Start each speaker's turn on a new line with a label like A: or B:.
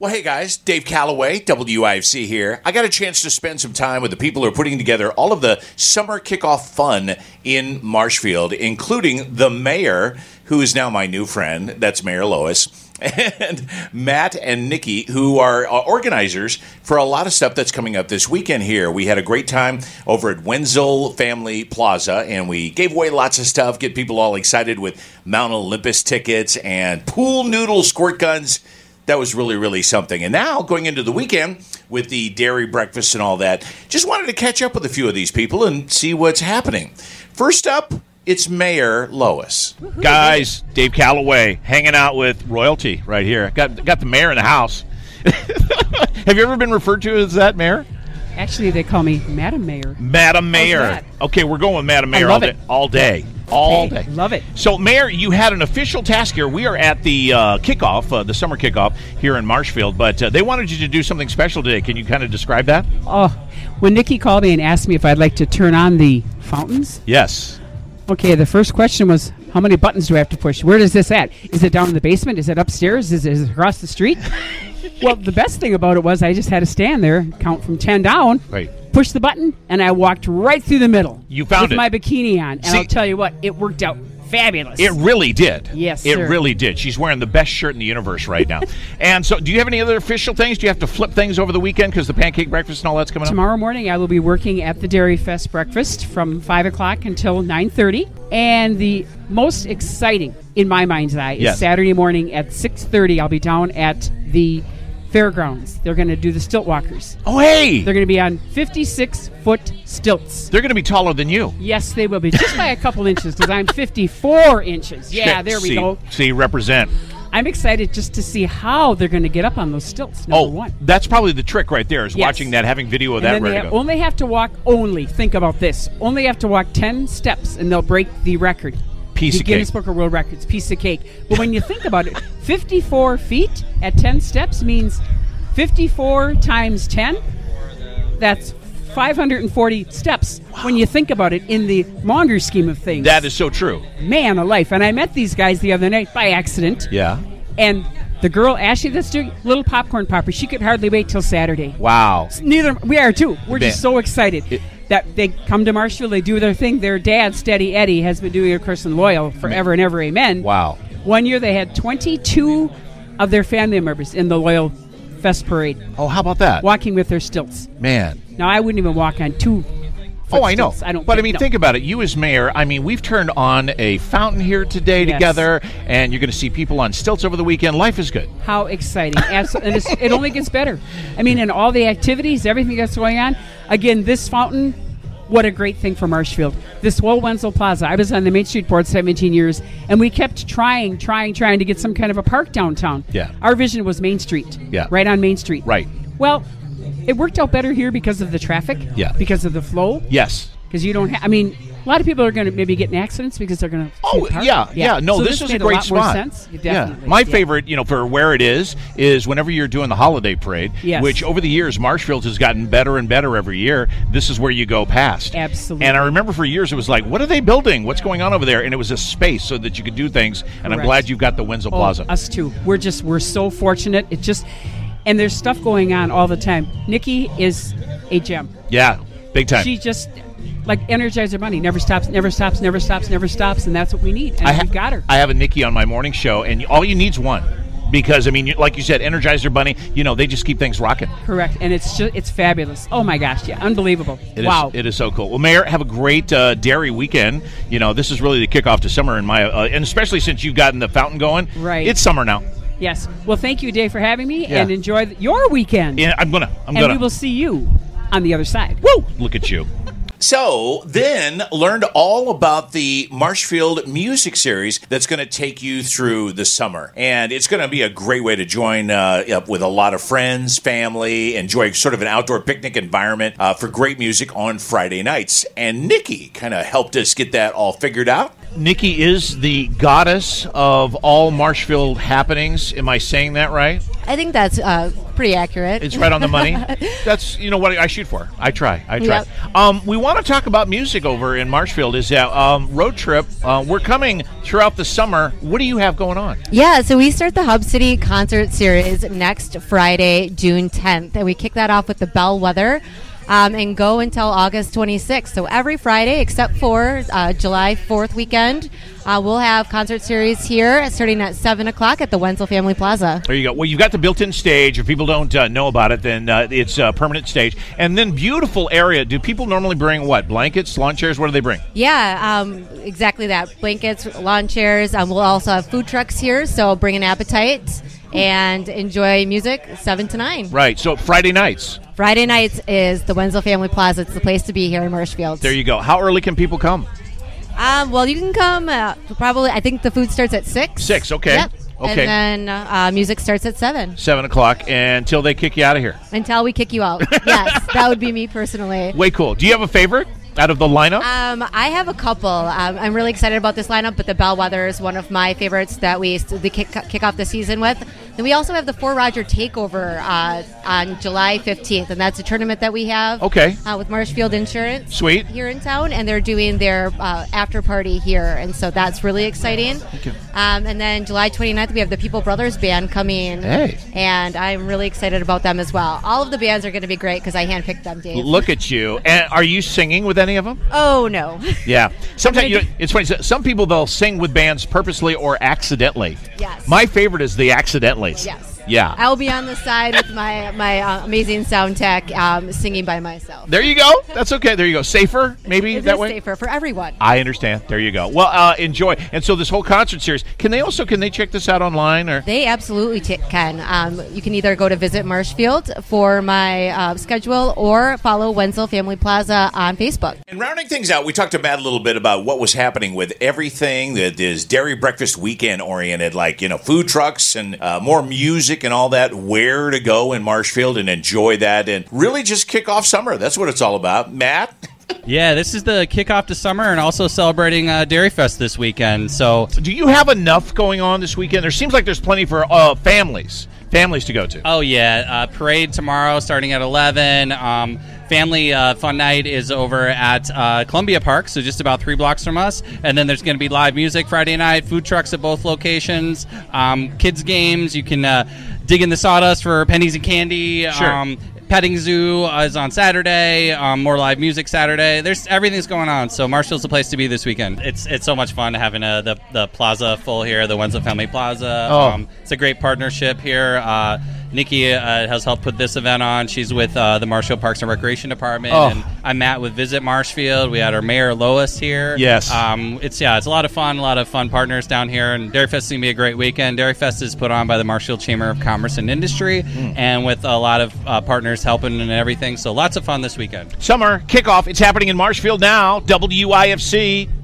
A: Well, hey guys, Dave Calloway, WIFC here. I got a chance to spend some time with the people who are putting together all of the summer kickoff fun in Marshfield, including the mayor, who is now my new friend. That's Mayor Lois. And Matt and Nikki, who are uh, organizers for a lot of stuff that's coming up this weekend here. We had a great time over at Wenzel Family Plaza, and we gave away lots of stuff, get people all excited with Mount Olympus tickets and pool noodle squirt guns that was really really something and now going into the weekend with the dairy breakfast and all that just wanted to catch up with a few of these people and see what's happening first up it's mayor lois
B: Guys, Dave Calloway hanging out with royalty right here. Got got the mayor in the house. Have you ever been referred to as that mayor?
C: Actually, they call me Madam Mayor.
B: Madam Mayor.
C: that?
B: Okay, we're going with Madam Mayor all
C: love
B: day,
C: it.
B: all day. All
C: Hey,
B: day.
C: love it.
B: So, Mayor, you had an official task here. We are at the uh, kickoff, uh, the summer kickoff here in Marshfield, but uh, they wanted you to do something special today. Can you kind of describe that?
C: Oh, when Nikki called me and asked me if I'd like to turn on the fountains,
B: Yes.
C: okay, the first question was, how many buttons do I have to push? Where is this at? Is it down in the basement? Is it upstairs? Is it, is it across the street? well, the best thing about it was I just had to stand there, count from 10 down,
B: Right.
C: push the button, and I walked right through the middle.
B: You found
C: with
B: it.
C: my bikini on. And
B: See-
C: I'll tell you what, it worked out fabulous.
B: It really did.
C: Yes,
B: It
C: sir.
B: really did. She's wearing the best shirt in the universe right now. and so, do you have any other official things? Do you have to flip things over the weekend because the pancake breakfast and all that's coming up?
C: Tomorrow morning, I will be working at the Dairy Fest breakfast from five o'clock until nine thirty. And the most exciting, in my mind's eye, is
B: Yes.
C: Saturday morning at six thirty. I'll be down at the fairgrounds. They're going to do the stilt walkers.
B: Oh, hey!
C: They're
B: They're,
C: going to be on fifty-six foot stilts.
B: going to be taller than you.
C: Yes, they will be just by a couple inches because I'm fifty-four inches. Yeah,
B: Shit,
C: there we
B: see,
C: go.
B: See, represent.
C: I'm excited just to see how they're going to get up on those stilts. Number
B: oh,
C: one.
B: that's probably the trick right there is
C: Yes.
B: watching that, having video of
C: And
B: that
C: then they
B: ready to
C: have-
B: go.
C: only have to walk only. Think about this. Only have to walk ten steps, and they'll break the record.
B: Piece
C: the
B: of
C: Guinness
B: cake.
C: Book of World Records. Piece of cake. But when you think about it, fifty-four feet at ten steps means fifty-four times ten. That's five hundred and forty steps. When you think about it, in the longer scheme of things,
B: That is so true.
C: man alive. And I met these guys the other night by accident.
B: Yeah.
C: And the girl Ashley, that's doing little popcorn popper. She could hardly wait till Saturday.
B: Wow.
C: Neither we are too. We're
B: Man.
C: just so excited that they come to Marshfield. They do their thing. Their dad, Steady Eddie, has been doing it, of course, in Loyal forever and ever. Amen.
B: Wow.
C: One year they had 22 of their family members in the Loyal Fest parade
B: Oh, how about that?
C: walking with their stilts.
B: Man.
C: Now I wouldn't even walk on two. foot
B: Oh, I know.
C: stilts. I don't.
B: but I
C: think-
B: mean,
C: no.
B: think about it. You as mayor, I mean, we've turned on a fountain here today
C: Yes.
B: together, and you're going to see people on stilts over the weekend. Life is good.
C: How exciting! Abso- and it's, it only gets better. I mean, and all the activities, everything that's going on. Again, this fountain, what a great thing for Marshfield. This whole Wenzel Plaza. I was on the Main Street Board 17 years, and we kept trying, trying, trying to get some kind of a park downtown.
B: Yeah.
C: Our vision was Main Street.
B: Yeah.
C: Right on Main Street.
B: Right.
C: Well, it worked out better here because of the traffic.
B: Yeah.
C: Because of the flow.
B: Yes.
C: Because you don't. Ha- I mean. A lot of people are going to maybe get in accidents because they're going to.
B: Oh yeah, yeah. No, this, was a
C: made
B: great
C: lot
B: spot.
C: More sense. Definitely.
B: Yeah, my
C: yeah.
B: favorite, you know, for where it is, is whenever you're doing the holiday parade.
C: Yes.
B: Which over the years, Marshfield has gotten better and better every year. This is where you go past.
C: Absolutely.
B: And I remember for years it was like, what are they building? What's going on over there? And it was a space so that you could do things. And I'm
C: Correct.
B: glad you've got the Wenzel
C: Oh,
B: Plaza.
C: Us too. We're just we're so fortunate. It just and there's stuff going on all the time. Nikki is a gem.
B: yeah, big time.
C: She just like energizer money never stops, never stops, never stops, never stops, and that's what we need. And
B: ha-
C: we've got her.
B: I have a Nikki on my morning show, and all you need's one. Because I mean, you- like you said, Energizer Bunny. You know, they just keep things rocking.
C: Correct. And it's just it's fabulous. Oh my gosh, yeah, unbelievable.
B: It is
C: wow.
B: it is so cool. Well, Mayor, have a great uh, dairy weekend. You know, this is really the kickoff to summer, in my uh, and especially since you've gotten the fountain going.
C: Right.
B: It's summer now.
C: yes. Well, thank you, Dave, for having me,
B: Yeah.
C: and enjoy th- your weekend.
B: Yeah, I'm gonna. I'm
C: and
B: gonna.
C: we will see you on the other side.
B: Woo! Look at you.
A: So then learned all about the Marshfield Music Series that's going to take you through the summer, and it's going to be a great way to join uh, up with a lot of friends, family, enjoy sort of an outdoor picnic environment uh, for great music on Friday nights. And Nikki kind of helped us get that all figured out.
B: Nikki is the goddess of all Marshfield happenings. Am I saying that right?
D: I think that's uh, pretty accurate.
B: It's right on the money. That's you know what I shoot for. I try. I try.
D: Yep.
B: Um, we want to talk about music over in Marshfield. Is that um, road trip? Uh, we're coming throughout the summer. What do you have going on?
D: Yeah, so we start the Hub City concert series next Friday, June 10th, and we kick that off with the Bellwether um, and go until August 26th. So every Friday, except for uh, July 4th weekend, uh, we'll have concert series here starting at 7 o'clock at the Wenzel Family Plaza.
B: There you go. Well, you've got the built-in stage. If people don't uh, know about it, then uh, it's a permanent stage, and then beautiful area. Do people normally bring what blankets, lawn chairs? What do they bring?
D: Yeah, um, exactly that. Blankets, lawn chairs. Um, we'll also have food trucks here, so bring an appetite and enjoy music 7 to 9.
B: Right. So Friday nights.
D: Friday nights is the Wenzel Family Plaza. It's the place to be here in Marshfield.
B: There you go. How early can people come?
D: Um, well, you can come uh, probably. I think the food starts at six.
B: Six, okay.
D: Yep.
B: Okay.
D: And then uh, music starts at seven
B: Seven o'clock until they kick you out of here.
D: until we kick you out. yes, that would be me personally.
B: Way cool. Do you have a favorite out of the lineup?
D: Um, I have a couple. Um, I'm really excited about this lineup, but the Bellwether is one of my favorites that we s- the kick, kick off the season with. Then we also have the Four Roger Takeover uh, on July 15th, and that's a tournament that we have.
B: Okay.
D: Uh, with Marshfield Insurance.
B: Sweet.
D: Here in town, and they're doing their uh, after party here, and so that's really exciting.
B: you.
D: Um, and then July 29th, we have the People Brothers Band coming.
B: Hey.
D: And I'm really excited about them as well. All of the bands are going to be great because I handpicked them, Dave.
B: Look at you. And are you singing with any of them?
D: Oh, no.
B: Yeah. Sometimes you know, it's funny. so- Some people they'll sing with bands purposely or accidentally.
D: Yes.
B: My favorite is the accidentlys.
D: Yes.
B: Yeah.
D: I'll be on the side with my my uh, amazing sound tech um, singing by myself.
B: there you go. That's okay. There you go. Safer, maybe
D: It
B: that
D: is
B: way.
D: safer for everyone.
B: I understand. There you go. Well, uh, enjoy. And so this whole concert series. Can they also can they check this out online or?
D: They absolutely t- can. Um, you can either go to visit Marshfield for my uh, schedule or follow Wenzel Family Plaza on Facebook.
A: And rounding things out, we talked to Matt a little bit about what was happening with everything that is dairy breakfast weekend oriented, like, you know, food trucks and uh, more music and all that, where to go in Marshfield and enjoy that and really just kick off summer. That's what it's all about. Matt?
E: Yeah, this is the kickoff to summer and also celebrating uh, Dairy Fest this weekend. So,
B: Do you have enough going on this weekend? There seems like there's plenty for uh, families, families to go to.
E: oh yeah, uh, parade tomorrow starting at 11. Um, family uh, fun night is over at uh, Columbia Park, so just about three blocks from us. And then there's going to be live music Friday night, food trucks at both locations, um, kids games. You can uh, dig in the sawdust for pennies and candy.
B: Sure.
E: Um, Petting Zoo is on Saturday. Um, more live music Saturday. There's everything's going on. So Marshall's the place to be this weekend. It's it's so much fun having uh the, the plaza full here, the Wenzel Family Plaza. Um,
B: Oh.
E: it's a great partnership here. Uh, Nikki uh, has helped put this event on. She's with uh, the Marshall Parks and Recreation Department,
B: Oh.
E: and I'm Matt with Visit Marshfield. We had our mayor Lois here.
B: Yes.
E: um, it's yeah, it's a lot of fun. A lot of fun partners down here, and Dairy Fest is gonna be a great weekend. Dairy Fest is put on by the Marshall Chamber of Commerce and Industry, and with a lot of uh, partners helping and everything. So lots of fun this weekend.
B: Summer kickoff. It's happening in Marshfield now. WIFC.